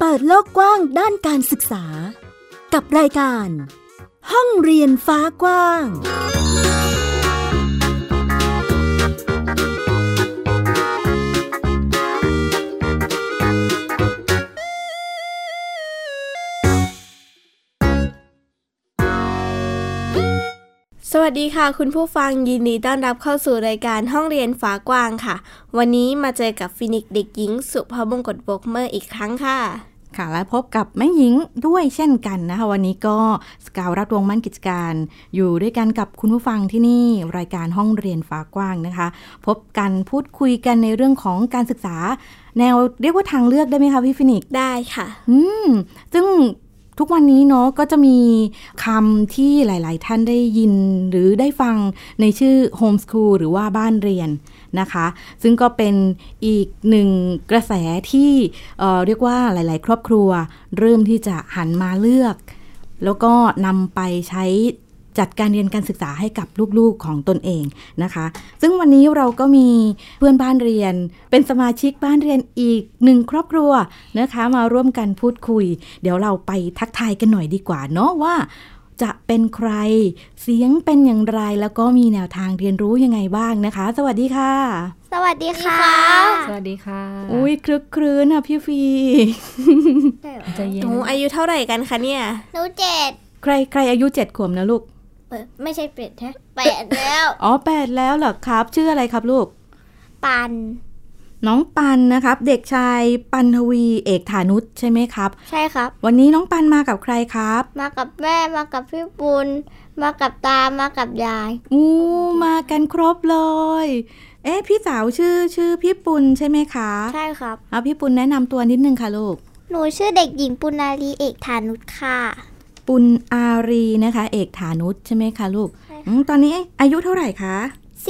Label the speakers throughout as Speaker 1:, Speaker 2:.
Speaker 1: กว้างด้านการศึกษา กับรายการ ห้องเรียนฟ้ากว้าง
Speaker 2: สวัสดีค่ะ คุณผู้ฟังยินดีต้อนรับเข้าสู่รายการห้องเรียนฝากว้างค่ะ วันนี้มาเจอกับฟินิกซ์เด็กหญิง สุภบงกตบกเมอร์อีกครั้งค่ะ
Speaker 3: ค่ะและพบกับแม่หญิงด้วยเช่นกันนะคะวันนี้ก็สกาวรับดวงมั่นกิจการ อยู่ด้วยกันกับคุณผู้ฟังที่นี่รายการห้องเรียนฟ้ากว้างนะคะ พบกันพูดคุยกันในเรื่องของการศึกษา แนวเรียกว่าทางเลือกได้ไหมคะพี่ฟินิกซ์
Speaker 2: ได้ค่ะ
Speaker 3: อืมซึ่งทุกวันนี้เนาะก็จะมีคำที่หลาย ๆ ท่านได้ยินหรือได้ฟังในชื่อโฮมสคูลหรือว่าบ้านเรียนนะคะ ซึ่งก็เป็นอีกหนึ่งกระแสที่เอ่อเรียกว่าหลาย ๆ ครอบครัว เริ่มที่จะหันมาเลือก แล้วก็นำไปใช้จัดการเรียนการศึกษาให้กับลูก ๆ ของตนเองนะคะ ซึ่งวันนี้เราก็มีเพื่อนบ้านเรียน เป็นสมาชิกบ้านเรียนอีกหนึ่งครอบครัวนะคะ มาร่วมกันพูดคุย เดี๋ยวเราไปทักทายกันหน่อยดีกว่าเนาะว่า จะเป็นใครเสียงเป็นอย่างไรแล้วก็มีแนวทางเรียนรู้ยังไงบ้างนะคะ สวัสดีค่ะ
Speaker 2: สวัสดีค่ะ
Speaker 4: สวัสดีค่ะ
Speaker 3: อุ้ยคลึกครื้นอ่ะพี่ฟี
Speaker 4: ใจเย็
Speaker 2: ห
Speaker 4: น
Speaker 2: นูอายุเท่าไหร่กันคะเนี่ย
Speaker 5: หนูเจ็ด
Speaker 3: ใครใครอายุเจ็ดขวบนะลูก
Speaker 5: เปิดไม่ใช่เป็ดแท้แปดแล้ว
Speaker 3: อ๋อแปดแล้วเหรอครับ ชื่ออะไรครับลูก
Speaker 5: ปัน
Speaker 3: น้องปันนะครับ เด็กชายปันทวีเอกฐานุชใช่ไหมครับ
Speaker 5: ใช่ครับ
Speaker 3: วันนี้น้องปันมากับใครครับ
Speaker 5: มากับแม่มากับพี่ปุณมากับตามากับยาย
Speaker 3: อู้มากันครบเลย เอ๊ะพี่สาวชื่อชื่อพี่ปุณใช่ไหมคะ
Speaker 5: ใช่ครับ
Speaker 3: เอาพี่ปุณแนะนำตัวนิดนึงค่ะลูก
Speaker 5: หนูชื่อเด็กหญิงปุณารีเอกฐานุชค่ะ
Speaker 3: ปุณอารีนะคะ เอกฐานุชใช่ไหมคะลูก
Speaker 5: ใช่ค่ะ
Speaker 3: อืมตอนนี้อายุเท่าไหร่คะ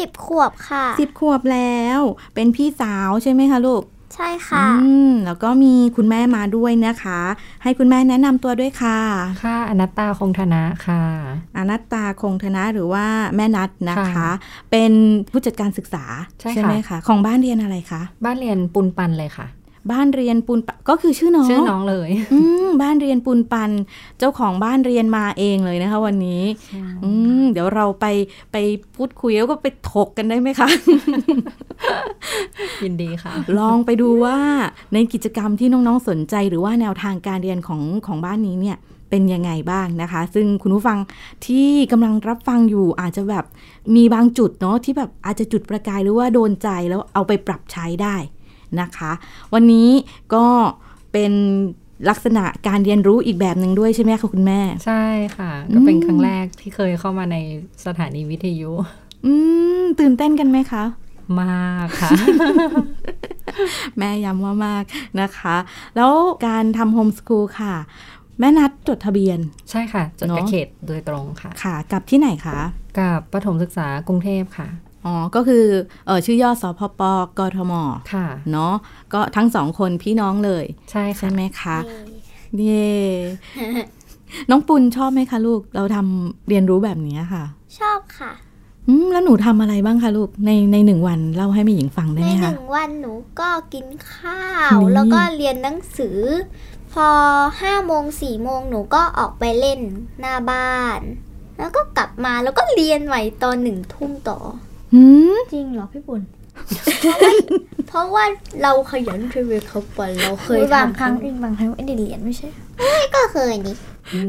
Speaker 5: สิบขวบค่ะ
Speaker 3: สิบขวบแล้ว เป็นพี่สาวใช่ไหมคะลูก
Speaker 5: ใช่ค่ะ
Speaker 3: อืมแล้วก็มีคุณแม่มาด้วยนะคะ ให้คุณแม่แนะนำตัวด้วยค่ะ
Speaker 4: ค่ะอนัตตาคงธนะค่ะ
Speaker 3: อนัตตาคงธนะหรือว่าแม่นัทนะคะ
Speaker 4: ค่ะ
Speaker 3: เป็นผู้จัดการศึกษา
Speaker 4: ใช่ค่ะ
Speaker 3: ไหมคะ ของบ้านเรียนอะไรคะ
Speaker 4: บ้านเรียนปุนปันเลยค่ะ
Speaker 3: บ้านเรียนปูนปันก็คือชื่อน้อง
Speaker 4: ชื่อน้องเลย
Speaker 3: อืมบ้านเรียนปูนปัน เจ้าของบ้านเรียนมาเองเลยนะคะ วันนี้ อืมเดี๋ยวเราไปไปพูดคุยแล้วก็ไปถกกันได้ไหมคะ
Speaker 4: ยินดีค่ะ
Speaker 3: ลองไปดูว่าในกิจกรรมที่น้องๆสนใจ หรือว่าแนวทางการเรียนของของบ้านนี้เนี่ยเป็นยังไงบ้างนะคะ ซึ่งคุณผู้ฟังที่กำลังรับฟังอยู่อาจจะแบบมีบางจุดเนาะที่แบบอาจจะจุดประกายหรือว่าโดนใจแล้วเอาไปปรับใช้ได้นะคะ วันนี้ก็เป็นลักษณะการเรียนรู้อีกแบบหนึ่งด้วยใช่ไหมคะคุณแม่
Speaker 4: ใช่ค่ะ ก็เป็น
Speaker 3: อืม
Speaker 4: ครั้งแรกที่เคยเข้ามาในสถานีวิทยุ
Speaker 3: อืมตื่นเต้นกันไหมคะ
Speaker 4: มาก ค่ะ
Speaker 3: แม่ย้ำว่ามากนะคะ แล้วการทำโฮมสคูลค่ะ แม่นัดจดทะเบียน
Speaker 4: ใช่ค่ะ จดกระ
Speaker 3: เนอะ
Speaker 4: เขตโดยตรงค่ะ
Speaker 3: ค่ะกับที่ไหนคะ
Speaker 4: กับประถมศึกษากรุงเทพค่ะ
Speaker 3: อ๋อ ก็คือเออชื่อย่อสพปกทม
Speaker 4: ค่ะ
Speaker 3: เนาะก็ทั้งสองคนพี่น้องเลย
Speaker 4: ใช่ค่ะ
Speaker 3: ใช่ไหมคะ เย่ น้องปุณชอบไหมคะลูก เราทำเรียนรู้แบบนี้ค่ะ
Speaker 5: ชอบค่ะ
Speaker 3: อืมแล้วหนูทำอะไรบ้างคะลูก ในในหนึ่งวันเล่าให้แม่หญิงฟังได้
Speaker 5: ใน
Speaker 3: ไหม
Speaker 5: ห
Speaker 3: คะ
Speaker 5: นึ่งวันหนูก็กินข้าว
Speaker 3: นี่
Speaker 5: แล้วก็เรียนหนังสือ พอห้าโมงสี่โมงหนูก็ออกไปเล่นหน้าบ้าน แล้วก็กลับมาแล้วก็เรียนใหม่ตอนหนึ่งทุ่มต่อ
Speaker 3: หืม
Speaker 5: จริงเหรอพี่ปุ่น เพราะว่าเราขยันไปเวเขาปอนเราเคยบางครั้งอีกบางครั้งไม่ได้เรียนไม่ใช่ก็เคยนี่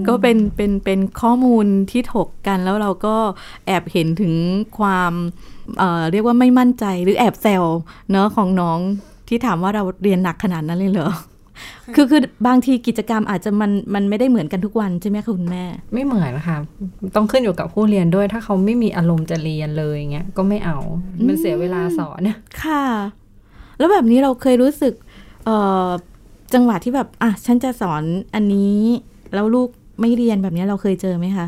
Speaker 3: ก็เป็นเป็นเป็นข้อมูลที่ถกกันแล้วเราก็แอบเห็นถึงความเอ่อเรียกว่าไม่มั่นใจหรือแอบแซวเนาะของน้องที่ถามว่าเราเรียนหนักขนาดนั้นเลยเหรอ คือคือบางทีกิจกรรมอาจจะมันมันไม่ได้เหมือนกันทุกวันใช่ไหมคะคุณแม่
Speaker 4: ไม่เหมือนค่ะ ต้องขึ้นอยู่กับผู้เรียนด้วย ถ้าเขาไม่มีอารมณ์จะเรียนเลยอย่างเงี้ยก็ไม่เอา มันเสียเวลาสอน
Speaker 3: ค่ะ แล้วแบบนี้เราเคยรู้สึกเอ่อจังหวะที่แบบอ่ะฉันจะสอนอันนี้แล้วลูกไม่เรียนแบบนี้เราเคยเจอไหมคะ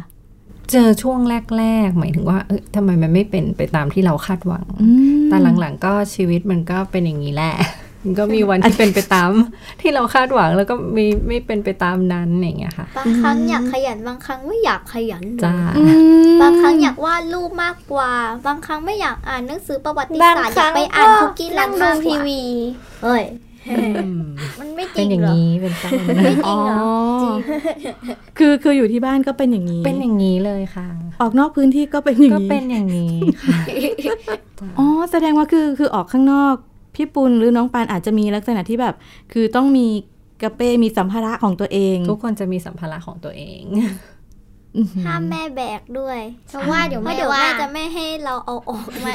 Speaker 4: เจอช่วงแรก ๆ หมายถึงว่าเอยทำไมมันไม่เป็นไปตามที่เราคาดหวัง
Speaker 3: อืม
Speaker 4: แต่หลังๆก็ชีวิตมันก็เป็นอย่างนี้แหละ มันก็มีวันที่เป็นไปตาม ที่เราคาดหวังแล้วก็มีไม่เป็นไปตามนั้นอย่างเงี้ยค่ะ
Speaker 5: บางครั้งอยากขยันบางครั้งไม่อยากขยันเลย
Speaker 4: จ้า
Speaker 5: บางครั้งอยากวาดรูปมากกว่า บางครั้งไม่อยากอ่านหนังสือประวัติศาสตร์อยากไปอ่านคุกกี้รันมากกว่าเฮ้ย มันไม่จ
Speaker 4: เป็
Speaker 5: ริ
Speaker 4: น
Speaker 5: ง
Speaker 4: อย่าง
Speaker 5: เหรอ
Speaker 4: นี้เป็นต้น
Speaker 5: ไม่จริงเหรอ จริง
Speaker 3: คือคืออยู่ที่บ้านก็เป็นอย่างนี้
Speaker 4: เป็นอย่างนี้เลยค่ะ
Speaker 3: ออกนอกพื้นที่ก็เป็นอย่าง
Speaker 4: ก็
Speaker 3: นี้
Speaker 4: เป็นอย่างนี้ ค่ะ
Speaker 3: อ๋อแสดงว่าคือคือออกข้างนอก พี่ปุณหรือน้องปานอาจจะมีลักษณะที่แบบ คือต้องมีกระเป้มีสัมภาระของตัวเอง
Speaker 4: ทุกคนจะมีสัมภาระของตัวเอง
Speaker 3: อื้อหือ
Speaker 5: ห้ามแม่แบกด้วยเพราะว่าเดี๋ยว
Speaker 2: เพ
Speaker 5: แม่
Speaker 2: ราะเดี๋ยว
Speaker 5: ว่า
Speaker 2: ว่า
Speaker 5: จะไม่ให้เราเอาออก มา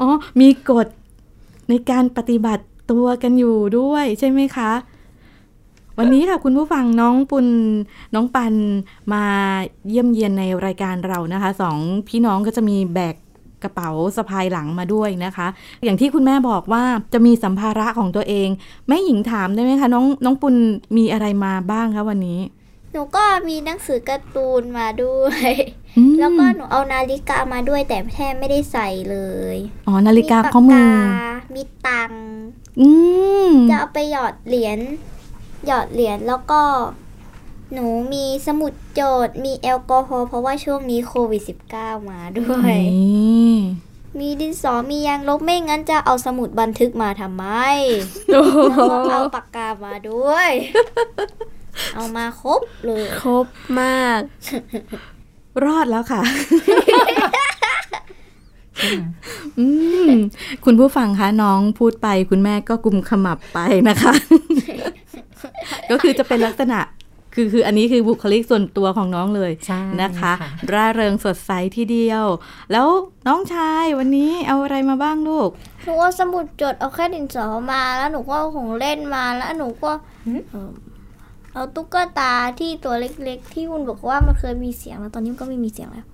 Speaker 3: อ๋อมีกฎในการปฏิบัติตัวกันอยู่ด้วยใช่ไหมคะ วันนี้ค่ะคุณผู้ฟังน้องปุณน้องปันมาเยี่ยมเยียนในรายการเรานะคะสองพี่น้องก็จะมีแบกกระเป๋าสะพายหลังมาด้วยนะคะ อย่างที่คุณแม่บอกว่าจะมีสัมภาระของตัวเองแม่หญิงถามได้ไหมคะน้องน้องปุณมีอะไรมาบ้างคะวันนี้
Speaker 5: หนูก็มีหนังสือการ์ตูนมาด้วย
Speaker 3: อืม
Speaker 5: แล้วก็หนูเอานาฬิกามาด้วยแต่แทบไม่ได้ใส่เลย
Speaker 3: อ๋อนาฬิกาข้อมือ
Speaker 5: ปากกามีตังค์
Speaker 3: อืม
Speaker 5: จะเอาไปหยอดเหรียญ หยอดเหรียญแล้วก็ หนูมีสมุดโจทย์ มีแอลกอฮอล์เพราะว่าช่วงนี้โควิด -19 มาด้วย
Speaker 3: นี่
Speaker 5: มีดินสอมียางลบไม่งั้นจะเอาสมุดบันทึกมาทำไม
Speaker 2: โอ้
Speaker 5: แล้
Speaker 2: โห
Speaker 5: วก็เอาปากกามาด้วย เอามาครบเลย
Speaker 2: ครบมาก
Speaker 3: รอดแล้วค่ะ อืมคุณผู้ฟังคะน้องพูดไป คุณแม่ก็กุมขมับไปนะคะ ก็คือจะเป็นลักษณะ คือคืออันนี้คือบุคลิกส่วนตัวของน้องเลย
Speaker 4: ใช่
Speaker 3: นะคะ
Speaker 4: ค่ะ
Speaker 3: ร่าเริงสดใสทีเดียว แล้วน้องชายวันนี้เอาอะไรมาบ้างลูก
Speaker 5: หนูเอาสมุดจดเอาแค่ดินสอมาแล้วหนูก็เอาของเล่นมาแล้วหนูก็เอิ่มเอาตุ๊กตาที่ตัวเล็กๆ ที่คุณบอกว่ามันเคยมีเสียงแล้วตอนนี้มันก็ไม่มีเสียงแล้ว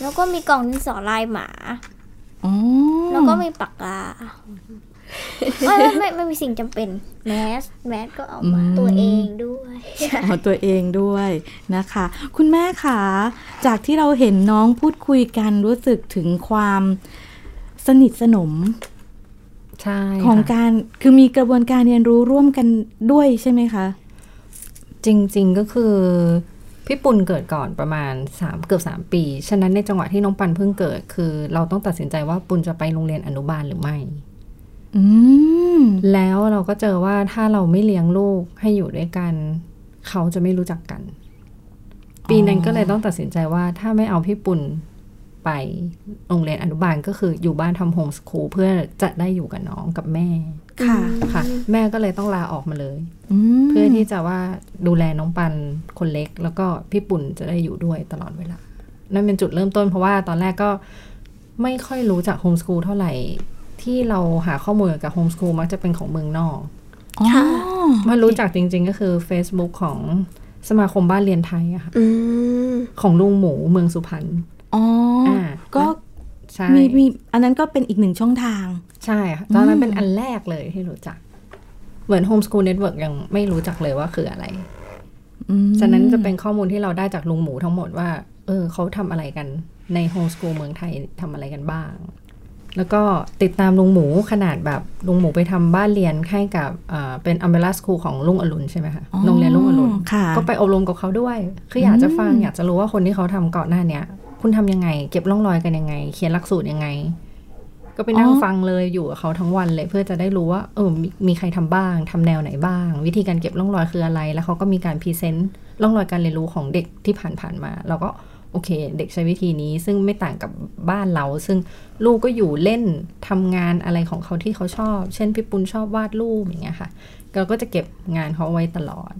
Speaker 5: แล้วก็มีกล่องดินสอลายหมา
Speaker 3: อ๋อ
Speaker 5: แล้วก็มีปากกาไม่ไม่ไม่ไม่มีสิ่งจำเป็นแมสแมสก็เอามาตัวเองด้วย
Speaker 3: อ๋อตัวเองด้วยนะคะ คุณแม่คะจากที่เราเห็นน้องพูดคุยกันรู้สึกถึงความสนิทสนม
Speaker 4: ใช่ค่ะ
Speaker 3: ของการคือมีกระบวนการเรียนรู้ร่วมกันด้วยใช่ไหมคะ
Speaker 4: จริง ๆ ก็คือ พี่ปุณเกิดก่อนประมาณ 3 เกือบ 3 ปี ฉะนั้นในจังหวะที่น้องปันเพิ่งเกิด คือ เราต้องตัดสินใจว่าปุณจะไปโรงเรียนอนุบาลหรือไม่
Speaker 3: อืม
Speaker 4: แล้วเราก็เจอว่าถ้าเราไม่เลี้ยงลูกให้อยู่ด้วยกัน เขาจะไม่รู้จักกัน ปีนั้นก็เลยต้องตัดสินใจว่าถ้าไม่เอาพี่ปุณไปโรงเรียนอนุบาลก็คืออยู่บ้านทำโฮมสคูลเพื่อจะได้อยู่กับน้องกับแม่
Speaker 3: ค่ะ
Speaker 4: ค่ะ แม่ก็เลยต้องลาออกมาเลย
Speaker 3: ม
Speaker 4: เพื่อที่จะว่าดูแลน้องปันคนเล็ก แล้วก็พี่ปุ่นจะได้อยู่ด้วยตลอดเวลา นั่นเป็นจุดเริ่มต้นเพราะว่าตอนแรกก็ไม่ค่อยรู้จักโฮมสคูลเท่าไหร่ ที่เราหาข้อมูลเกี่ยวกับโฮมสคูลมักจะเป็นของเมืองนอก
Speaker 3: อ๋อ
Speaker 2: ค่ะ
Speaker 4: มารู้จักจริง ๆ ก็คือ Facebook ของสมาคมบ้านเรียนไทยอะค่ะ
Speaker 2: อืม
Speaker 4: ของลุงหมูเมืองสุพรรณ
Speaker 3: อ๋ออา ก็
Speaker 4: ใช่
Speaker 3: มีมีอันนั้นก็เป็นอีกหนึ่งช่องทาง
Speaker 4: ใช่ค่ะตอนนั้นเป็นอันแรกเลยที่รู้จัก เหมือนโฮมสคูลเน็ตเวิร์กยังไม่รู้จักเลยว่าคืออะไร
Speaker 3: อืม
Speaker 4: ฉะนั้นจะเป็นข้อมูลที่เราได้จากลุงหมูทั้งหมดว่า เออเขาทำอะไรกันในโฮมสกูลเมืองไทยทำอะไรกันบ้าง แล้วก็ติดตามลุงหมูขนาดแบบลุงหมูไปทำบ้านเรียนให้กับเอ่อเป็นอัมเบล s สคูลของลุงอรุณใช่ไหมคะ
Speaker 3: อ๋อ
Speaker 4: โรงเรียนลุงอรุณ
Speaker 3: ค่ะ
Speaker 4: ก็ไปอบรมกับเขาด้วย คืออยากจะฟังอยากจะรู้ว่าคนที่เขาทำก่อนหน้าเนี้ย คุณทำยังไง เก็บร่องรอยกันยังไง เขียนหลักสูตรยังไง ก็ไปนั่ง
Speaker 3: อ๋อ
Speaker 4: ฟังเลยอยู่กับเขาทั้งวันเลยเพื่อจะได้รู้ว่าเออมีมีใครทำบ้างทำแนวไหนบ้าง วิธีการเก็บร่องรอยคืออะไร แล้วเขาก็มีการพรีเซนต์ร่องรอยการเรียนรู้ของเด็กที่ผ่านผ่านๆมา เราก็โอเค เด็กใช้วิธีนี้ซึ่งไม่ต่างกับบ้านเรา ซึ่งลูกก็อยู่เล่นทำงานอะไรของเขาที่เขาชอบ เช่นพี่ปุณชอบวาดรูปอย่างเงี้ยค่ะเราก็จะเก็บงานเขาไว้ตลอด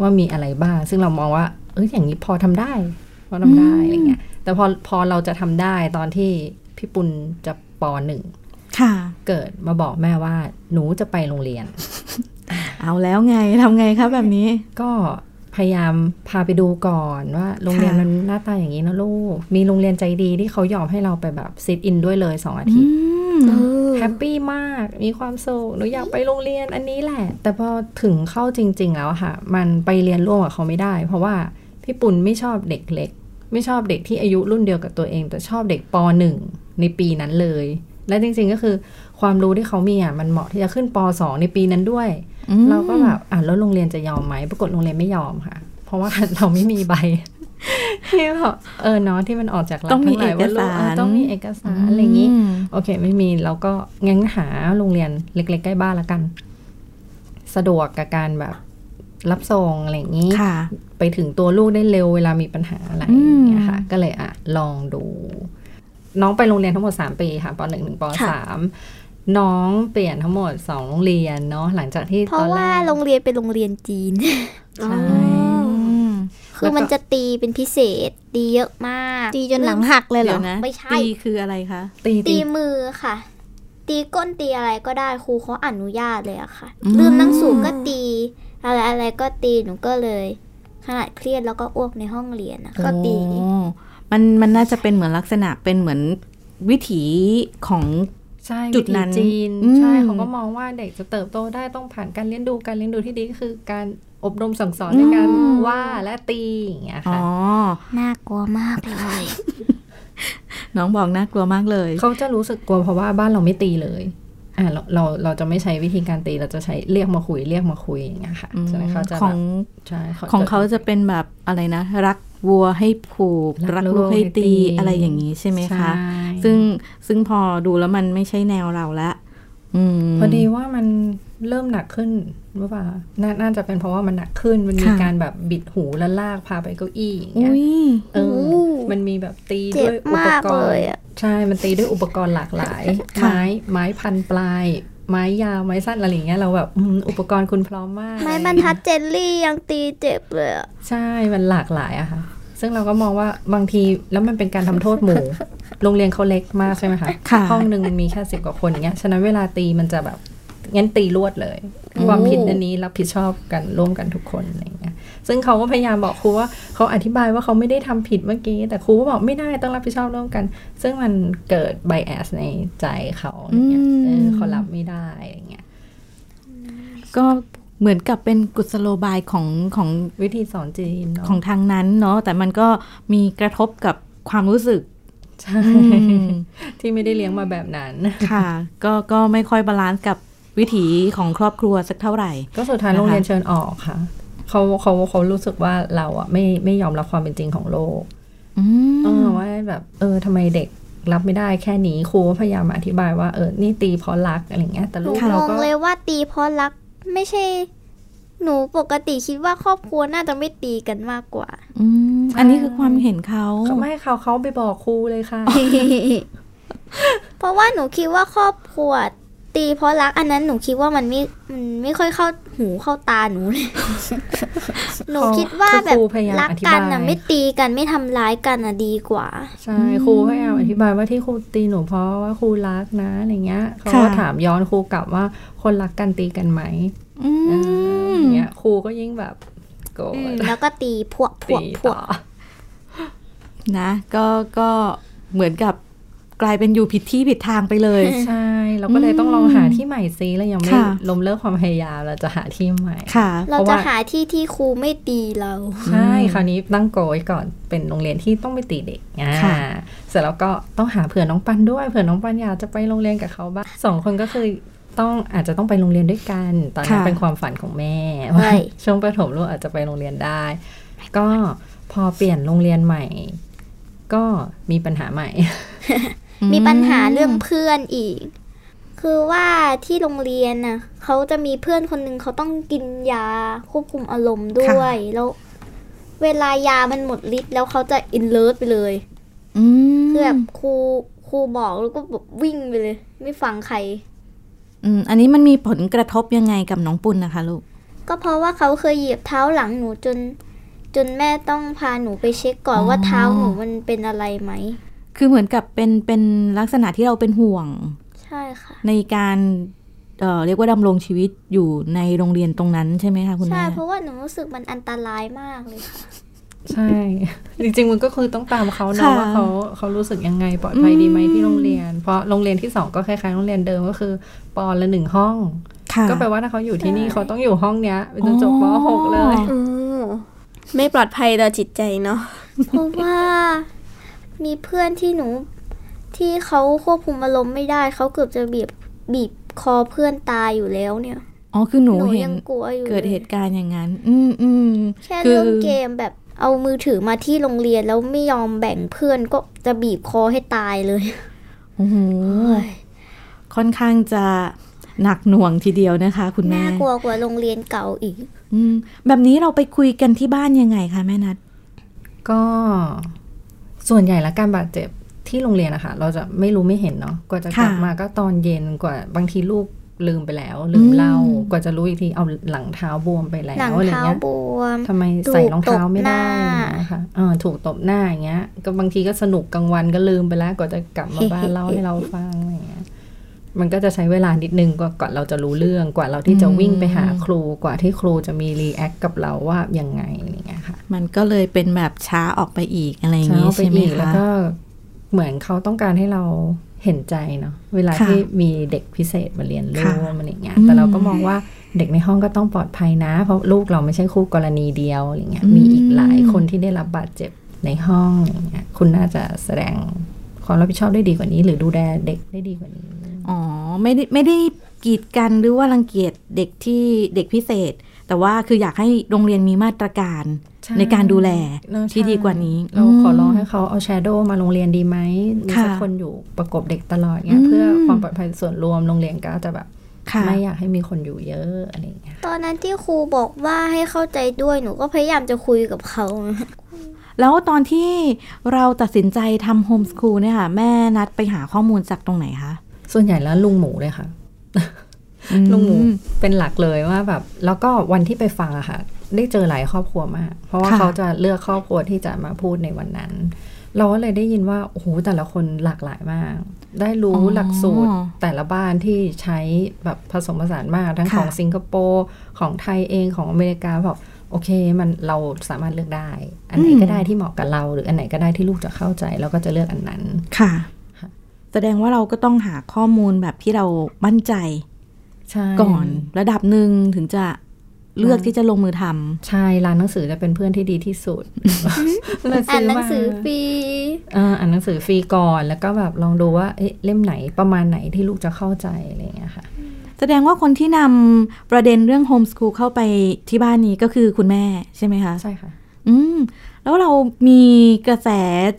Speaker 4: ว่ามีอะไรบ้าง ซึ่งเรามองว่า เอยอย่างนี้พอทำได้ พอทำได้อะไรเงี้ย แต่พอพอเราจะทำได้ตอนที่พี่ปุณจะปหนึ่ง
Speaker 3: ค่ะ
Speaker 4: เกิดมาบอกแม่ว่า หนูจะไปโรงเรียน
Speaker 3: เอาแล้วไงทำไงคะแบบนี้
Speaker 4: ก็พยายามพาไปดูก่อนว่า โรงเรียน
Speaker 3: ค่ะ
Speaker 4: มันหน้าตาอย่างนี้นะลูก มีโรงเรียนใจดีที่เขายอมให้เราไปแบบซิทอินด้วยเลยสองอาทิตย์
Speaker 3: อืม
Speaker 4: แฮปปี้มาก มีความสุข หนูอยากไปโรงเรียนอันนี้แหละ แต่พอถึงเข้าจริง ๆ แล้วอะค่ะ มันไปเรียนร่วมกับเขาไม่ได้ เพราะว่าพี่ปุ่นไม่ชอบเด็กเล็ก ไม่ชอบเด็กที่อายุรุ่นเดียวกับตัวเอง แต่ชอบเด็กปหนึ่งในปีนั้นเลย และจริง ๆ ก็คือความรู้ที่เขามีอ่ะ มันเหมาะที่จะขึ้นปสองในปีนั้นด้วย เราก็แบบอ่ะแล้วโรงเรียนจะยอมไหม ปรากฏโรงเรียนไม่ยอมค่ะ เพราะว่า เราไม่มีใบ ที่แบบเออเนาะที่มันออกจากรัฐ
Speaker 3: ต้องมี
Speaker 4: ทั้หลยว่
Speaker 3: เอ
Speaker 4: ลู
Speaker 3: กสาร
Speaker 4: เออต้องมีเอกสารอะไรอย่างนี้โอเค ไม่มีเราก็งั้นหาโรงเรียนเล็ก ๆ ใกล้บ้านละกัน สะดวกกับการแบบรับส่งอะไรอย่างนี้
Speaker 3: ค่ะ
Speaker 4: ไปถึงตัวลูกได้เร็วเวลามีปัญหาอะไรอย่างเงี้ยค่ะ
Speaker 3: อืม
Speaker 4: ก็เลยอ่ะลองดู น้องไปโรงเรียนทั้งหมด 3 ปีค่ะปหนึ่งถึงปสามน้องเปลี่ยนทั้งหมด 2 โรงเรียนเนาะหลังจากที่
Speaker 5: เพราะ
Speaker 4: ตอนแร
Speaker 5: ว่ากโรงเรียนเป็นโรงเรียนจีน
Speaker 4: ใช่
Speaker 3: อืม
Speaker 5: คือมันจะตีเป็นพิเศษตีเยอะมาก ตีจนหลังหักเลยเหร
Speaker 3: เดี๋
Speaker 5: อ
Speaker 3: ยวนะ
Speaker 5: ไม่ใช่
Speaker 3: ตีคืออะไรคะ
Speaker 4: ตี
Speaker 5: ตี
Speaker 4: ตี
Speaker 5: มือค่ะ ตีก้นตีอะไรก็ได้ครูเขาอนุญาตเลยอะค่ะ
Speaker 3: อืม
Speaker 5: ลืมหนังสูงก็ตี อะไรอะไรก็ตีหนูก็เลย ขนาดเครียดแล้วก็อ้วกในห้องเรียนอะก็ตี
Speaker 3: โอ้มันมันน่าจะเป็นเหมือนลักษณะเป็นเหมือนวิถีของ
Speaker 4: ใช่
Speaker 3: จุดนั้น
Speaker 4: วิถีจีน
Speaker 3: อืม
Speaker 4: ใช่เขาก็มองว่าเด็กจะเติบโตได้ต้องผ่านการเลี้ยงดูการเลี้ยงดูที่ดีก็คือการอบรมสั่งสอนในการว่าและตีอย่างเงี้ย
Speaker 3: อ๋
Speaker 4: ค่ะ
Speaker 3: อ
Speaker 5: น่ากลัวมากเลย
Speaker 3: น้องบอกน่ากลัวมากเลย
Speaker 4: เขาจะรู้สึกกลัวเพราะว่าบ้านเราไม่ตีเลยอ่ะเราเราเราจะไม่ใช้วิธีการตีเราจะใช้เรียกมาคุยเรียกมาคุยอย่างเงี้ยค่ะ
Speaker 3: อืม
Speaker 4: ฉะนั้นเขาจะแบบ
Speaker 3: ของ
Speaker 4: ใช่
Speaker 3: ของเขา
Speaker 4: จะ
Speaker 3: จะเป็นแบบอะไรนะ รักวัวให้ผูก
Speaker 4: รั
Speaker 3: รั
Speaker 4: ก
Speaker 3: ก
Speaker 4: ลูก
Speaker 3: ลูกให้
Speaker 4: ให้ตี
Speaker 3: ตีอะไรอย่างนี้ใช่ไหมคะ
Speaker 4: ใช่
Speaker 3: ซึ่งซึ่งพอดูแล้วมันไม่ใช่แนวเราละอืม
Speaker 4: พอดีว่ามันเริ่มหนักขึ้นหรือเปล่านาน่าจะเป็นเพราะว่ามันหนักขึ้น มันมี
Speaker 3: ค่ะ
Speaker 4: การแบบบิดหูและลากพาไปเก้าอี้อย่างเงี้ย
Speaker 3: อุ้ย
Speaker 4: เออมันมีแบบตี
Speaker 5: เจ็บ
Speaker 4: ด้วยอุป
Speaker 5: มาก
Speaker 4: ก
Speaker 5: เล
Speaker 4: ร
Speaker 5: ย
Speaker 4: ณ์
Speaker 5: อะ
Speaker 4: ใช่มันตีด้วยอุปกรณ์หลากหลาย ไม้ไม้พันปลาย ไม้ยาวไม้สั้นอะไรอย่างเงี้ยเราแบบอืมอุปกรณ์คุณพร้อมมาก
Speaker 5: ไม้บรรทัดเจลลี่ยังตีเจ็บเลยอะ
Speaker 4: ใช่มันหลากหลายอะค่ะ ซึ่งเราก็มองว่าบางทีแล้วมันเป็นการทำโทษ หมู่ โรงเรียนเขาเล็กมากใช่ไหมคะ
Speaker 3: ค่ะ
Speaker 4: ห้องหนึ่งมันมีแค่สิบกว่าคนอย่างเงี้ย ฉะนั้นเวลาตีมันจะแบบงั้นตีรวดเลย ความผิดอันนี้รับผิดชอบกันร่วมกันทุกคนอะไรเงี้ย ซึ่งเขาก็พยายามบอกครูว่าเขาอธิบายว่าเขาไม่ได้ทำผิดเมื่อกี้ แต่ครูก็บอกไม่ได้ต้องรับผิดชอบร่วมกัน ซึ่งมันเกิด bias ในใจเขาอะไรเงี้ย
Speaker 3: อืม
Speaker 4: เออเขารับไม่ได้อะไรเงี้ย
Speaker 3: ก็เหมือนกับเป็นกุศโลบายของของ
Speaker 4: วิธีสอนจีนเนาะ
Speaker 3: ของทางนั้นเนาะแต่มันก็มีกระทบกับความรู้สึก
Speaker 4: ใช่
Speaker 3: อืม
Speaker 4: ที่ไม่ได้เลี้ยงมาแบบนั้น
Speaker 3: ค่ะ ก็ก็ไม่ค่อยบาลานซ์กับวิถีของครอบครัวสักเท่าไหร่
Speaker 4: ก็สุดท้าย
Speaker 3: นะคะ
Speaker 4: โรงเรียนเชิญออกค่ะ เขาเขาเขารู้สึกว่าเราอะไม่ไม่ยอมรับความเป็นจริงของโลก
Speaker 3: อืม
Speaker 4: เออว่าแบบเออทำไมเด็กรับไม่ได้แค่นี้ครูก็พยายามอธิบายว่าเออนี่ตีเพราะรักอะไรอย่างเงี้ยแต่
Speaker 5: หนู
Speaker 4: ลูก
Speaker 5: ง
Speaker 4: เรา
Speaker 5: ง
Speaker 4: ก็
Speaker 5: เลยว่าตีเพราะรักไม่ใช่ หนูปกติคิดว่าครอบครัวน่าจะไม่ตีกันมากกว่า
Speaker 3: อืมอันนี้คือความเห็นเขา
Speaker 4: เขาไม่ให้เขาเขาไปบอกครูเลยค่ะ
Speaker 5: เพราะว่าหนูคิดว่าครอบครัวตีเพราะรักอันนั้นหนูคิดว่ามันไม่มันไม่ค่อยเข้าหูเข้าตาหนู เลย หนูคิดว่าแบบ
Speaker 4: ครูพยายาม
Speaker 5: รัก
Speaker 4: อธิบาย
Speaker 5: กันนะไม่ตีกันไม่ทำร้ายกันนะดีกว่า
Speaker 4: ใช่ครูพยายามอธิบายว่าที่ครูตีหนูเพราะว่าครูรักนะอะไรเงี้ยเขาก็ถามย้อนครูกลับว่าคนรักกันตีกันไหม
Speaker 3: อื
Speaker 4: เอ
Speaker 3: ม
Speaker 4: ออย่างเงี้ยครูก็ยิ่งแบบโกรธ
Speaker 5: อืมแล้วก็ตีพวกพวก
Speaker 4: ตี
Speaker 5: พว
Speaker 4: ต่
Speaker 5: ก
Speaker 4: อ
Speaker 3: นะก็ก็เหมือนกับกลายเป็นอยู่ผิดที่ผิดทางไปเลย
Speaker 4: ใช่เราก็เลยต้องลองหาที่ใหม่ซิแล้วยังไม่
Speaker 3: ค่ะ
Speaker 4: ล้มเลิกความพยายามเราจะหาที่ใหม่
Speaker 3: ค่ะ
Speaker 5: เรา
Speaker 4: เพราะ
Speaker 5: จะ
Speaker 4: ว่า
Speaker 5: หาที่ที่ครูไม่ตีเรา
Speaker 4: ใช่ คราวนี้ตั้งโกไว้ก่อนเป็นโรงเรียนที่ต้องไปตีเด็กอ่า
Speaker 3: ค่ะ
Speaker 4: เสร็จแล้วก็ต้องหาเผื่อน้องปันด้วยเผื่อน้องปันอยากจะไปโรงเรียนกับเขาบ้างสองคนก็คือต้องอาจจะต้องไปโรงเรียนด้วยกัน ตอนนั้น
Speaker 3: ค่ะ
Speaker 4: เป็นความฝันของแม่ว่าช่วงประถมลูกอาจจะไปโรงเรียนได้ ก็พอเปลี่ยนโรงเรียนใหม่ ก็มีปัญหาใหม่
Speaker 5: มีปัญหาเรื่องเพื่อนอีก คือว่าที่โรงเรียนน่ะเขาจะมีเพื่อนคนหนึ่งเขาต้องกินยาควบคุมอารมณ์ด้วย แล้ว เวลายามันหมดฤทธิ์แล้วเขาจะอินเลิฟไปเลย
Speaker 3: อืม
Speaker 5: คือแบบครูครูบอกแล้วก็แบบวิ่งไปเลย ไม่ฟังใคร
Speaker 3: อืมอันนี้มันมีผลกระทบยังไงกับน้องปุณนะคะลูก
Speaker 5: ก็เพราะว่าเขาเคยเหยียบเท้าหลังหนูจน จนแม่ต้องพาหนูไปเช็คก่อน
Speaker 3: อ๋อ
Speaker 5: ว่าเท้าหนูมันเป็นอะไรไหม
Speaker 3: คือเหมือนกับเป็นเป็นลักษณะที่เราเป็นห่วง
Speaker 5: ใช่ค่ะ
Speaker 3: ในการเอ่อเรียกว่าดำรงชีวิตอยู่ในโรงเรียนตรงนั้นใช่ไหมคะคุณ
Speaker 5: ใช่
Speaker 3: แม่
Speaker 5: เพราะว่าหนูรู้สึกมันอันตรายมากเลยค่ะ
Speaker 4: ใช่ จริงๆมันก็คือต้องตามเขาเนอะ
Speaker 3: ค่ะ
Speaker 4: ว่าเขาเขารู้สึกยังไงปลอดภัยดีไหมที่โรงเรียน เพราะโรงเรียนที่สองก็คล้ายๆโรงเรียนเดิมก็คือปอนละหนึ่งห้อง
Speaker 3: ะ
Speaker 4: ก็แปลว่าถ้าเขาอยู่ที่นี่เขาต้องอยู่ห้องเนี้ยไปจนจบ
Speaker 3: อ๋
Speaker 4: ม
Speaker 3: อ
Speaker 4: .6 เลย
Speaker 2: อืมไม่ปลอดภัยต่อจิตใจเนาะ
Speaker 5: เพราะว่ามีเพื่อนที่หนูที่เขาควบคุมอารมณ์ไม่ได้เขาเกือบจะบีบบีบคอเพื่อนตายอยู่แล้วเนี่ย
Speaker 3: อ๋อคือหนูเห็น
Speaker 5: ยังกลัวอยู่
Speaker 3: เกิด
Speaker 5: ลย
Speaker 3: เหตุการณ์อย่างนั้น อืมอืม
Speaker 5: แค่
Speaker 3: คื
Speaker 5: เรื่องเกมแบบ เอามือถือมาที่โรงเรียนแล้วไม่ยอมแบ่งเพื่อนก็จะบีบคอให้ตายเลย
Speaker 3: โอ้โหค่อนข้างจะหนักหน่วงทีเดียวนะคะ คุณแม่
Speaker 5: น่ากลัวกว่าโรงเรียนเก่าอีก
Speaker 3: อืมแบบนี้เราไปคุยกันที่บ้านยังไงคะแม่นัด
Speaker 4: ก็ส่วนใหญ่และการบาดเจ็บที่โรงเรียนนะคะเราจะไม่รู้ไม่เห็นเนาะกว่าจะกลับ
Speaker 3: ค่ะ
Speaker 4: มาก็ตอนเย็นกว่าบางทีลูกลืมไปแล้ว ลืมเล่า
Speaker 3: อืม
Speaker 4: กว่าจะรู้อีกทีเอาหลังเท้าบวมไปแล้
Speaker 5: หลั
Speaker 4: ว
Speaker 5: ง
Speaker 4: อะไร
Speaker 5: เท้า
Speaker 4: เงี้ย
Speaker 5: บวม
Speaker 4: ทำไมใส่รองเท้าไม่ได้
Speaker 5: ถูกตบหน้า
Speaker 4: นะคะเออถูกตบหน้าอย่างเงี้ย ก็บางทีก็สนุกกลางวันก็ลืมไปแล้ว กว่าจะกลับมาบ้าน เล่าให้เราฟังอะไรเงี้ยมันก็จะใช้เวลานิดนึงกว่ากว่าเราจะรู้เรื่องกว่าเราที่จะวิ่งไปหาครูกว่าที่ครูจะมีรีแอคกับเราว่ายังไงอะไรเงี้ยค่ะ
Speaker 3: มันก็เลยเป็นแบบช้าออกไปอีกอะไรอย่าง
Speaker 4: เช้า
Speaker 3: นี้
Speaker 4: ไป
Speaker 3: ใช่ไหม
Speaker 4: อีกแล้ว
Speaker 3: คะ
Speaker 4: ก็เหมือนเขาต้องการให้เราเห็นใจเนาะเวลา
Speaker 3: ค่ะ
Speaker 4: ที่มีเด็กพิเศษมาเรียนร่
Speaker 3: ค่ะ
Speaker 4: วมอะไรอย่างเงี้ย
Speaker 3: อืม
Speaker 4: แต่เราก็มองว่าเด็กในห้องก็ต้องปลอดภัยนะ เพราะลูกเราไม่ใช่คู่กรณีเดียวอะไรเงี้ย
Speaker 3: อืม
Speaker 4: มีอีกหลายคนที่ได้รับบาดเจ็บในห้องอะไรเงี้ยคุณน่าจะแสดงความรับผิดชอบได้ดีกว่านี้ หรือดูแลเด็กได้ดีกว่านี้
Speaker 3: อ๋อไม่ได้ไม่ได้กีดกันหรือว่ารังเกียจเด็กที่เด็กพิเศษ แต่ว่าคืออยากให้โรงเรียนมีมาตรการ
Speaker 4: ใช่
Speaker 3: ในการดูแล
Speaker 4: เนอะ
Speaker 3: ที่
Speaker 4: ใช่
Speaker 3: ดีกว่านี้
Speaker 4: เราขอร้อง
Speaker 3: ม
Speaker 4: ให้เขาเอาแชโดว์มาโรงเรียนดีไหมมีสัก
Speaker 3: ค่ะ
Speaker 4: คนอยู่ประกบเด็กตลอด
Speaker 3: อื
Speaker 4: เงี้ย
Speaker 3: ม
Speaker 4: เพื่อความปลอดภัยส่วนรวมโรงเรียนก็จะแบบ
Speaker 3: ค่ะ
Speaker 4: ไม่อยากให้มีคนอยู่เยอะอะไรอย่างเงี้ย
Speaker 5: ตอนนั้นที่ครูบอกว่าให้เข้าใจด้วยหนูก็พยายามจะคุยกับเขา
Speaker 3: แล้วตอนที่เราตัดสินใจทำโฮมสคูลเนี่ยค่ะ แม่นัดไปหาข้อมูลจากตรงไหนคะ
Speaker 4: ส่วนใหญ่แล้วลุงหมูเลยค่ะ ลุงหมู
Speaker 3: อื
Speaker 4: เป็นหลักเลยว่าแบบ แล้วก็วันที่ไปฟังอะค่ะ ได้เจอหลายครอบครัวมาก เพราะว่า
Speaker 3: ค่ะ
Speaker 4: เขาจะเลือกครอบครัวที่จะมาพูดในวันนั้น เราก็เลยได้ยินว่าโอ้โหแต่ละคนหลากหลายมาก ได้รู้หลักสูตรแต่ละบ้านที่ใช้แบบผสมผสานมากทั้งของสิงคโปร์ของไทยเองของอเมริกาบอกโอเคมันเราสามารถเลือกได้ อันไหนก็ได้ที่เหมาะกับเรา หรืออันไหนก็ได้ที่ลูกจะเข้าใจเราก็จะเลือกอันนั้น
Speaker 3: ค่ะ
Speaker 4: ค่ะ
Speaker 3: แสดงว่าเราก็ต้องหาข้อมูลแบบที่เรามั่นใจ
Speaker 4: ใช่
Speaker 3: ก่อนระดับหนึ่งถึงจะเลือกที่จะลงมือทำ
Speaker 4: ใช่ร้านหนังสือจะเป็นเพื่อนที่ดีที่สุดเลย
Speaker 5: อ่านห
Speaker 4: ซื้
Speaker 5: นั
Speaker 4: ม
Speaker 5: งสือฟรี
Speaker 4: เอออ่านหนังสือฟรีก่อน แล้วก็แบบลองดูว่าเอ๊ะเล่มไหนประมาณไหนที่ลูกจะเข้าใจอะไรอย่างเงี้ยค่ะ
Speaker 3: แสดงว่าคนที่นำประเด็นเรื่องโฮมส o ูลเข้าไปที่บ้านนี้ก็คือคุณแม่ใช่ไหมคะ
Speaker 4: ใช่ค่ะ
Speaker 3: อืมแล้วเรามีกระแส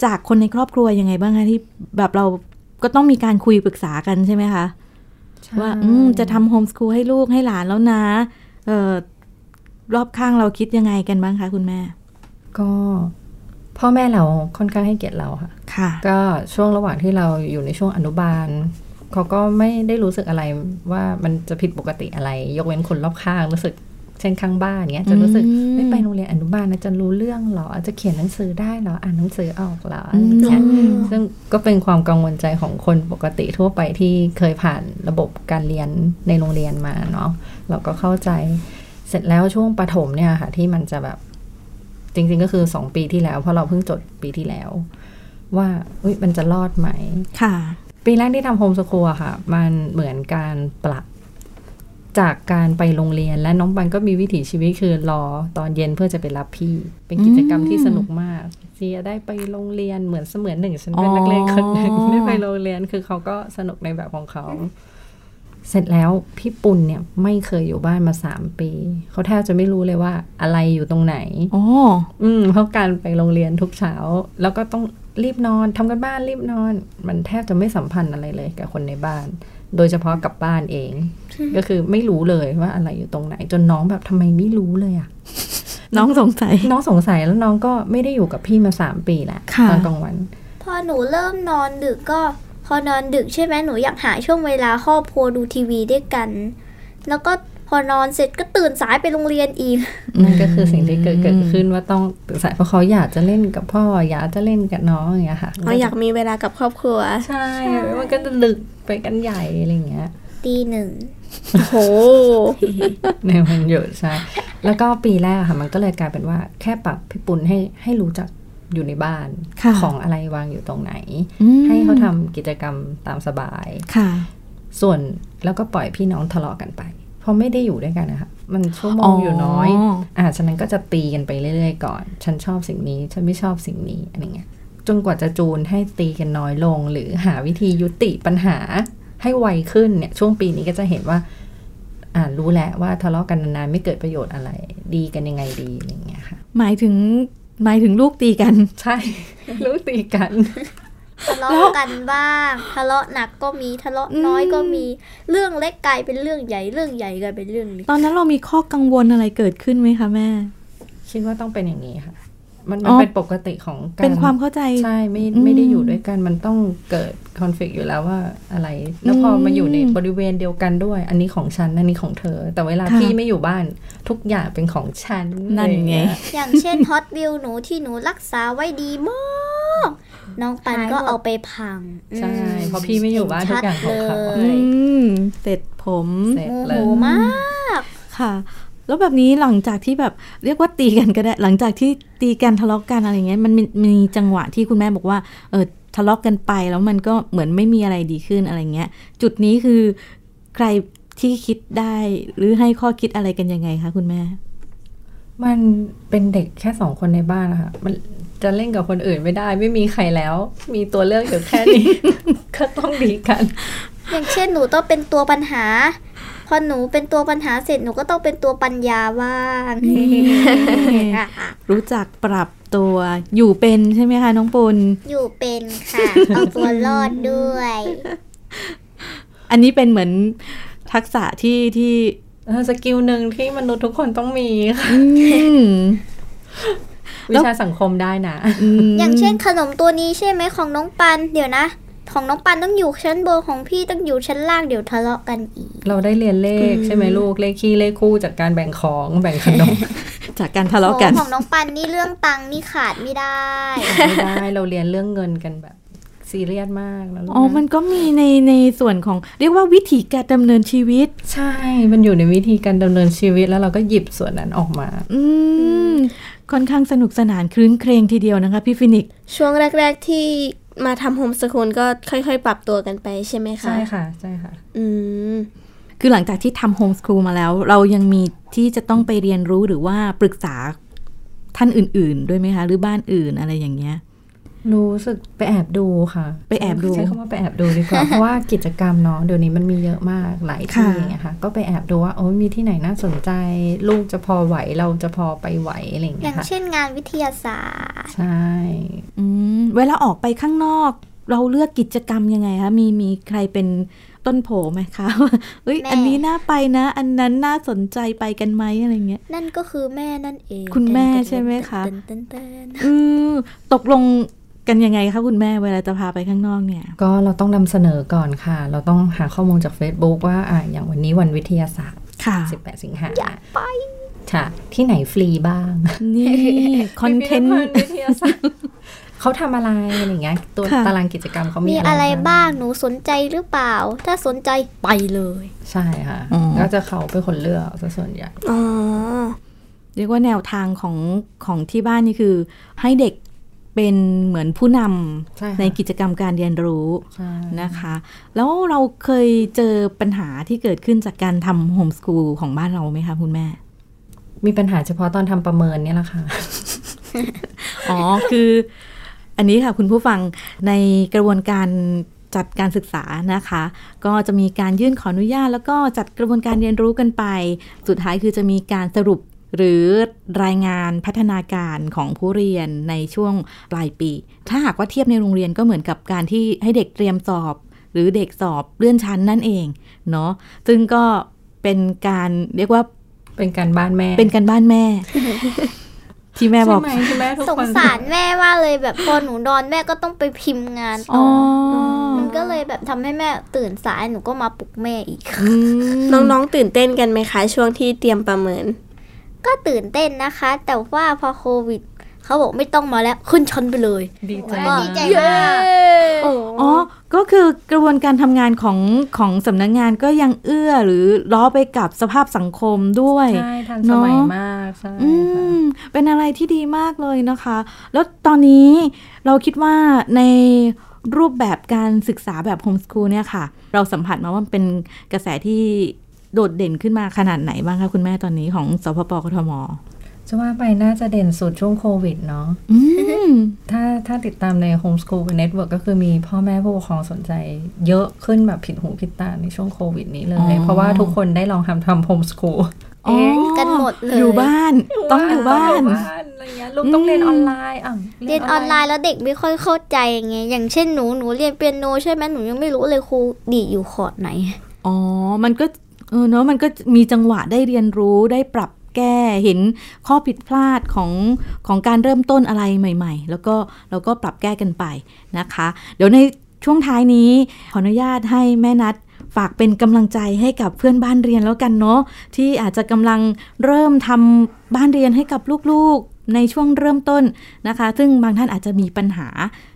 Speaker 3: จากคนในครอบครัวยังไงบ้างคะที่แบบเราก็ต้องมีการคุยปรึกษากันใช่ไหมคะ ว่าอืมจะทำโฮมส o ูลให้ลูกให้หลานแล้วนะเออรอบข้างเราคิดยังไงกันบ้างคะคุณแม่
Speaker 4: ก็พ่อแม่เราค่อนข้างให้เกียรติเราค่ะ
Speaker 3: ค่ะ
Speaker 4: ก็ช่วงระหว่างที่เราอยู่ในช่วงอนุบาลเขาก็ไม่ได้รู้สึกอะไรว่ามันจะผิดปกติอะไร ยกเว้นคนรอบข้างรู้สึกเช่นข้างบ้านเงี้ยจะรู้สึก
Speaker 3: อืม
Speaker 4: ไม่ไปโรงเรียนอนุบาลนะจะรู้เรื่องเหรอจะเขียนหนังสือได้เหรออ่านหนังสือออกเหรออะไรอย่างเงี้ย
Speaker 3: อืม
Speaker 4: ซึ่งก็เป็นความกังวลใจของคนปกติทั่วไปที่เคยผ่านระบบการเรียนในโรงเรียนมาเนาะเราก็เข้าใจเสร็จแล้วช่วงประถมเนี่ยค่ะ ที่มันจะแบบจริง ๆ ก็คือสองปีที่แล้ว เพราะเราเพิ่งจดปีที่แล้ว ว่าอุ๊ยมันจะรอดไหม
Speaker 3: ค่ะ
Speaker 4: ปีแรกที่ทำโฮมสคูลอะค่ะ มันเหมือนการปรับจากการไปโรงเรียนและน้องบันก็มีวิถีชีวิตคือรอตอนเย็นเพื่อจะไปรับพี่ เป็นกิจกรรมที่สนุกมากที่จะได้ไปโรงเรียนเหมือนเสมือนหนึ่งฉันเป็น
Speaker 3: อ๋อ
Speaker 4: นักเรียนคนหนึ่งได้ไปโรงเรียนคือเขาก็สนุกในแบบของเขา เสร็จแล้วพี่ปุ่นเนี่ยไม่เคยอยู่บ้านมาสามปี เขาแทบจะไม่รู้เลยว่าอะไรอยู่ตรงไหน
Speaker 3: โอ้
Speaker 4: อืมเพราะการไปโรงเรียนทุกเช้า แล้วก็ต้องรีบนอนทำกันบ้านรีบนอน มันแทบจะไม่สัมพันธ์อะไรเลยกับคนในบ้าน โดยเฉพาะกับบ้านเอง ก็คือไม่รู้เลยว่าอะไรอยู่ตรงไหน จนน้องแบบทำไมไม่รู้เลยอะ
Speaker 3: น้องสงสัย
Speaker 4: น้องสงสัยแล้วน้องก็ไม่ได้อยู่กับพี่มาสามปีแล้ว
Speaker 3: ค่ะ
Speaker 4: ตอนกลางวัน
Speaker 5: พอหนูเริ่มนอนดึกก็ พอนอนดึกใช่ไหมหนูอยากหาช่วงเวลาครอบครัวดูทีวีด้วยกัน แล้วก็พอนอนเสร็จก็ตื่นสายไปโรงเรียนอีก
Speaker 4: นั่นก็คือสิ่งที่เกิดเกิดขึ้นว่าต้องตื่นสายเพราะเขาอยากจะเล่นกับพ่อ อยากจะเล่นกับน้องอย่างเงี้ยค่ะ
Speaker 2: เราอยากมีเวลากับครอบครัว
Speaker 4: ใช่มันก็จะดึกไปกันใหญ่อะไรอย่างเงี้ย
Speaker 5: ตีหนึ่ง
Speaker 2: โห
Speaker 4: ในวันหยุดใช่ แล้วก็ปีแรกอะค่ะ มันก็เลยกลายเป็นว่าแค่ปรับพี่ปุณให้ให้รู้จักอยู่ในบ้าน
Speaker 3: ค่ะ
Speaker 4: ของอะไรวางอยู่ตรงไหน
Speaker 3: อืม
Speaker 4: ให้เขาทำกิจกรรมตามสบาย
Speaker 3: ค่ะ
Speaker 4: ส่วนแล้วก็ปล่อยพี่น้องทะเลาะกันไป เพราะไม่ได้อยู่ด้วยกันนะคะมันชั่วโมงอยู่น้อย
Speaker 3: อ๋อ
Speaker 4: อ่าฉะนั้นก็จะตีกันไปเรื่อยๆก่อน ฉันชอบสิ่งนี้ ฉันไม่ชอบสิ่งนี้อะไรเงี้ย จนกว่าจะจูนให้ตีกันน้อยลง หรือหาวิธียุติปัญหาให้ไวขึ้นเนี่ยช่วงปีนี้ก็จะเห็นว่า อ่ารู้แล้วว่าทะเลาะกันนานๆไม่เกิดประโยชน์อะไร ดีกันยังไงดีอะไรเงี้ยค่ะ
Speaker 3: หมายถึง หมายถึงลูกตีกัน
Speaker 4: ใช่ รู้ตีกัน
Speaker 5: ทะเลาะกันบ้าง ทะเลาะหนักก็มีทะเลาะน้อยก็มี เรื่องเล็กกลายเป็นเรื่องใหญ่เรื่องใหญ่กลายเป็นเรื่องเล็ก
Speaker 3: ตอนนั้นเรามีข้อกังวลอะไรเกิดขึ้นไหมคะแม่
Speaker 4: คิดว่าต้องเป็นอย่างนี้ค่ะ มัน
Speaker 3: อ๋
Speaker 4: มัน
Speaker 3: อ
Speaker 4: เป็นปกติของการ
Speaker 3: เป็นความเข้าใจ
Speaker 4: ใช่ไม่
Speaker 3: อืม
Speaker 4: ไม่ได้อยู่ด้วยกันมันต้องเกิดคอนฟ lict อยู่แล้วว่าอะไร แล้วพอมาอยู่ใน
Speaker 3: อืม
Speaker 4: บริเวณเดียวกันด้วย อันนี้ของฉันอันนี้ของเธอ แต่เวลา
Speaker 3: ค่ะ
Speaker 4: พี่ไม่อยู่บ้านทุกอย่างเป็นของฉัน
Speaker 3: นั่นไง
Speaker 4: อะไรอ
Speaker 5: อ
Speaker 4: ย่าเย
Speaker 5: ย่างเช่นฮอตวิวหนูที่หนูรักษาไว้ดีมากน้องปันก็เอาไปพัง
Speaker 4: ใช่
Speaker 5: อืม
Speaker 4: เพราะพี่ไม่อยู่บ้านทุกอย่างของเขา
Speaker 5: เห็นชัด
Speaker 3: อื
Speaker 5: เลย
Speaker 3: มเสร็จผม
Speaker 4: เสร็จ
Speaker 5: โม
Speaker 4: เล
Speaker 5: โห
Speaker 4: ย
Speaker 5: มาก
Speaker 3: ค่ะ แล้วแบบนี้หลังจากที่แบบเรียกว่าตีกันก็ได้ หลังจากที่ตีกันทะเลาะกันอะไรอย่างเงี้ยมันมีมีจังหวะที่คุณแม่บอกว่าเออทะเลาะกันไปแล้วมันก็เหมือนไม่มีอะไรดีขึ้นอะไรเงี้ย จุดนี้คือใครที่คิดได้หรือให้ข้อคิดอะไรกันยังไงคะคุณแม่
Speaker 4: มันเป็นเด็กแค่สองคนในบ้านนะคะมันจะเล่นกับคนอื่นไม่ได้ ไม่มีใครแล้ว มีตัวเลือกอยู่แค่ นี้ ก็ต้องดีกัน
Speaker 5: อย่างเช่นหนูต้องเป็นตัวปัญหา พอหนูเป็นตัวปัญหาเสร็จหนูก็ต้องเป็นตัวปัญญาบ้างอ่ะ
Speaker 3: รู้จักปรับตัวอยู่เป็นใช่ไหมคะน้องปุน
Speaker 5: อยู่เป็นค่ะ เอาตัวรอดด้วย
Speaker 3: อันนี้เป็นเหมือนทักษะที่ที่
Speaker 4: เออสกิลหนึ่งที่มนุษย์ทุกคนต้องมีค่ะ
Speaker 3: อืม แล้
Speaker 4: วิ
Speaker 3: ว
Speaker 4: ชาสังคมได้นะ
Speaker 3: ม
Speaker 5: อย่างเช่นขนมตัวนี้ใช่ไหมของน้องปัน เดี๋ยวนะ ของน้องปันต้องอยู่ชั้นบนของพี่ต้องอยู่ชั้นล่างเดี๋ยวทะเลาะกันอีก
Speaker 4: เราได้เรียนเลขใช่ไหมลูกเลขคี่เลขคู่จากการแบ่งของแบ่งขนม
Speaker 3: จากการทะเลาะกัน
Speaker 5: ของน้องปันนี่เรื่องตังค์นี่ขาดไม่ได้
Speaker 4: ไม่ได้เราเรียนเรื่องเงินกันแบบซีเรียสมากแล้วลูก
Speaker 3: อ๋อ มันก็มีในในส่วนของเรียกว่าวิถีการดำเนินชีวิต
Speaker 4: ใช่ มันอยู่ในวิธีการดำเนินชีวิตแล้วเราก็หยิบส่วนนั้นออกมา
Speaker 3: อืม ค่อนข้างสนุกสนานคลื้นเครงทีเดียวนะคะพี่ฟินิกซ์
Speaker 2: ช่วงแรก ๆที่มาทำโฮมสกูลก็ค่อยๆ ปรับตัวกันไปใช่ไหมคะ
Speaker 4: ใช่ค่ะใช่ค่ะ
Speaker 2: อืม
Speaker 3: คือหลังจากที่ทำโฮมส o ูลมาแล้ว เรายังมีที่จะต้องไปเรียนรู้หรือว่าปรึกษาท่านอื่น ๆ ด้วยไหมคะ หรือบ้านอื่นอะไรอย่างเงี้ย
Speaker 4: รู้สึกไปแอบดูค่ะ
Speaker 3: ไปแอบดู
Speaker 4: ใช้คำว่าไปแอบดูดีกว่า เพราะว่ากิจกรรมเนาะเดี๋ยวนี้มันมีเยอะมากหลาย
Speaker 3: ค่ะ
Speaker 4: ที่อย่างเงี้ยค่ะ ก็ไปแอบดูว่าโอ้ยมีที่ไหนน่าสนใจ ลูกจะพอไหวเราจะพอไปไหวอะไรอย่าง
Speaker 5: อ
Speaker 4: เงี้
Speaker 5: ย่าย ง
Speaker 4: ค่ะ
Speaker 5: เช่นงานวิทยาศาสตร์
Speaker 4: ใช่
Speaker 3: อืม เวลาออกไปข้างนอก เราเลือกกิจกรรมยังไงคะมีมีใครเป็นต้นโผไหมคะ ว่าเอ้ย
Speaker 5: แม่
Speaker 3: อันนี้น่าไปนะ อันนั้นน่าสนใจไปกันไหมอะไรเงี้ย
Speaker 5: นั่นก็คือแม่นั่นเอง
Speaker 3: คุณแม่ใช่ไหมคะ
Speaker 5: เต้นเต้นเต้นเต้น
Speaker 3: อืมตกลงกันยังไงคะคุณแม่เวลาจะพาไปข้างนอกเนี่ย
Speaker 4: ก็เราต้องนำเสนอก่อนค่ะ เราต้องหาข้อมูลจาก Facebook ว่าอ่ะอย่างวันนี้วันวิทยาศาสตร์
Speaker 3: ค่ะ
Speaker 4: 18 สิงหาอยากไปค่ะ ที่ไหนฟรีบ้าง
Speaker 3: นี่ คอนเทนต์
Speaker 4: พิพิธภัณฑ์วิทยาศาสตร์ เขาทำอะไรอะไรอย่างเงี้ยตัว
Speaker 3: ค่ะ
Speaker 4: ตารางกิจกรรมเขามี
Speaker 5: มีอะไรบ้าง หนูสนใจหรือเปล่า ถ้าสนใจไปเลย
Speaker 4: ใช่ค่ะ
Speaker 3: อ๋อ
Speaker 4: ก็จะเขาเป็นคนเลือกซะส่วนใหญ่
Speaker 2: อ๋อ
Speaker 3: เรียกว่าแนวทางของของที่บ้านนี่คือ ให้เด็กเป็นเหมือนผู้น
Speaker 4: ใช่ค่ะ
Speaker 3: ำในกิจกรรมการเรียนรู้
Speaker 4: ใช่
Speaker 3: นะคะ แล้วเราเคยเจอปัญหาที่เกิดขึ้นจากการทำโฮมสกูลของบ้านเราไหมคะคุณแม่
Speaker 4: มีปัญหาเฉพาะตอนทำประเมินเนี่ยแหละค่ะ
Speaker 3: อ๋อ คืออันนี้ค่ะคุณผู้ฟังในกระบวนการจัดการศึกษานะคะ ก็จะมีการยื่นขออนุญาต แล้วก็จัดกระบวนการเรียนรู้กันไป สุดท้ายคือจะมีการสรุปหรือรายงานพัฒนาการของผู้เรียนในช่วงปลายปี ถ้าหากว่าเทียบในโรงเรียนก็เหมือนกับการที่ให้เด็กเตรียมสอบ หรือเด็กสอบเลื่อนชั้นนั่นเองเนาะซึ่งก็เป็นการเรียกว่า
Speaker 4: เป็นการบ้านแม่
Speaker 3: เป็นการบ้านแม่ ที่แม่บ
Speaker 4: ใช่
Speaker 3: อก
Speaker 4: ไหมที่แม่ทุก
Speaker 5: สง
Speaker 4: คน
Speaker 5: สารแม่ว่ากเลยแบบพอหนูนอนแม่ก็ต้องไปพิมพ์งาน
Speaker 3: อ๋
Speaker 5: ต่
Speaker 3: อ
Speaker 5: อ
Speaker 3: อ
Speaker 5: อมันก็เลยแบบทำให้แม่ตื่นสายหนูก็มาปลุกแม่อีก
Speaker 2: น้องๆตื่นเต้นกันไหมคะช่วงที่เตรียมประเมิน
Speaker 5: ก็ตื่นเต้นนะคะ แต่ว่าพอโควิดเขาบอกไม่ต้องมาแล้วขึ้นชั้นไปเลย
Speaker 4: ดีใจ
Speaker 5: ก็
Speaker 4: มา
Speaker 5: ดี
Speaker 4: ก
Speaker 5: ใจมาก
Speaker 2: โอ้
Speaker 3: อ๋อ ก็คือกระบวนการทำงานของของสำนักงานก็ยังเอื้อหรือล้อไปกับสภาพสังคมด้วย
Speaker 4: ใช่ทันสมัย
Speaker 3: เนอะ
Speaker 4: มาก ใช่
Speaker 3: อื
Speaker 4: ค่ะ
Speaker 3: ม เป็นอะไรที่ดีมากเลยนะคะ แล้วตอนนี้เราคิดว่าในรูปแบบการศึกษาแบบโฮมส o ูลเนี่ยค่ะ เราสัมผัสมาว่ามันเป็นกระแสที่โดดเด่นขึ้นมาขนาดไหนบ้างคะคุณแม่ตอนนี้ของสพปกทม
Speaker 4: จะว่าไปน่าจะเด่นสุดช่วงโควิดเนาะ
Speaker 3: อืม
Speaker 4: ถ้าถ้าติดตามใน Homeschool Network ก็คือมีพ่อแม่ผู้ปกครองสนใจเยอะขึ้นแบบผิดหูผิดตาในช่วงโควิดนี้เล
Speaker 3: อ๋
Speaker 4: ย
Speaker 3: อ
Speaker 4: เพราะว่าทุกคนได้ลองทำทำโฮมสคูล
Speaker 5: เอ๊ะกันหมดเลย
Speaker 3: อยู่บ้าน ต้องอยู่บ้าน
Speaker 4: อยู่บ้านอะไรเงี้ย ลูกต้องเรียนออนไลน์อ่ะ
Speaker 5: เรียนออนไลน์แล้วเด็กไม่ค่อยเข้าใจไงอย่างเช่นหนูหนูเรียนเปียโนใช่ไหมหนูยังไม่รู้เลยครูดีดอยู่คอร์ดไหน
Speaker 3: อ๋อ มันก็เออเนาะ มันก็มีจังหวะได้เรียนรู้ได้ปรับแก้เห็นข้อผิดพลาดของของการเริ่มต้นอะไรใหม่ๆ แล้วก็เราก็ปรับแก้กันไปนะคะ เดี๋ยวในช่วงท้ายนี้ขออนุญาตให้แม่นัดฝากเป็นกำลังใจให้กับเพื่อนบ้านเรียนแล้วกันเนาะที่อาจจะกำลังเริ่มทำบ้านเรียนให้กับลูกๆในช่วงเริ่มต้นนะคะ ซึ่งบางท่านอาจจะมีปัญหา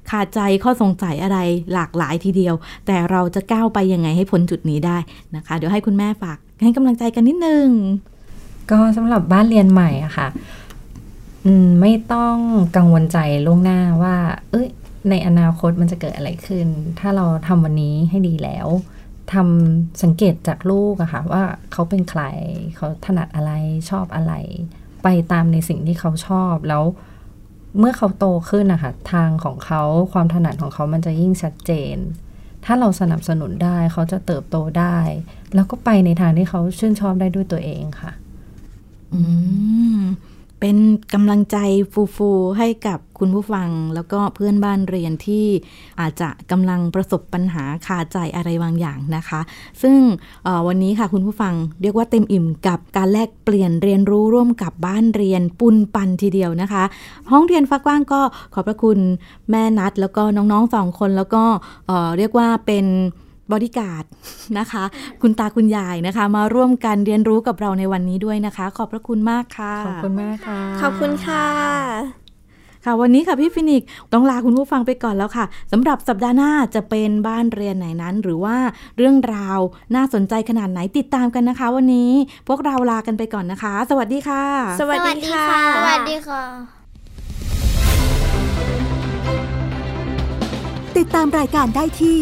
Speaker 3: คาใจข้อสงสัยอะไรหลากหลายทีเดียว แต่เราจะก้าวไปยังไงให้พ้นจุดนี้ได้นะคะ เดี๋ยวให้คุณแม่ฝากให้กำลังใจกันนิดนึง
Speaker 4: ก็สำหรับบ้านเรียนใหม่อะค่ะ อืมไม่ต้องกังวลใจล่วงหน้าว่า เอ้ย ในอนาคตมันจะเกิดอะไรขึ้น ถ้าเราทำวันนี้ให้ดีแล้วทำสังเกตจากลูกอะค่ะ ว่าเขาเป็นใคร เขาถนัดอะไรชอบอะไร ไปตามในสิ่งที่เขาชอบแล้ว เมื่อเขาโตขึ้นนะคะทางของเขาความถนัดของเขามันจะยิ่งชัดเจน ถ้าเราสนับสนุนได้เขาจะเติบโตได้ แล้วก็ไปในทางที่เขาชื่นชอบได้ด้วยตัวเองค่ะ
Speaker 3: อืม เป็นกำลังใจฟูๆให้กับคุณผู้ฟัง แล้วก็เพื่อนบ้านเรียนที่อาจจะกำลังประสบปัญหาคาใจอะไรบางอย่างนะคะ ซึ่งเอ่อวันนี้ค่ะคุณผู้ฟังเรียกว่าเต็มอิ่มกับการแลกเปลี่ยนเรียนรู้ร่วมกับบ้านเรียนปุนปันทีเดียวนะคะ ห้องเรียนฟ้ากว้างก็ขอบพระคุณแม่นัด แล้วก็น้องๆสองคนแล้วก็เอ่อเรียกว่าเป็นบริการด นะคะ คุณตาคุณยายนะคะ มาร่วมกันเรียนรู้กับเราในวันนี้ด้วยนะคะ ขอบพระคุณมากค่ะ
Speaker 4: ขอบคุณมากค่ะ
Speaker 2: ขอบคุณค่ะ
Speaker 3: ค่ะ วันนี้ค่ะพี่ฟินิกซ์ต้องลาคุณผู้ฟังไปก่อนแล้วค่ะสำหรับสัปดาห์หน้าจะเป็นบ้านเรียนไหนนั้น หรือว่าเรื่องราวน่าสนใจขนาดไหนติดตามกันนะคะ วันนี้พวกเราลากันไปก่อนนะคะ สวัสดีค่ะ
Speaker 2: สวัสดีค่ะ
Speaker 5: สวัสดีค่ะ
Speaker 1: ติดตามรายการได้ที่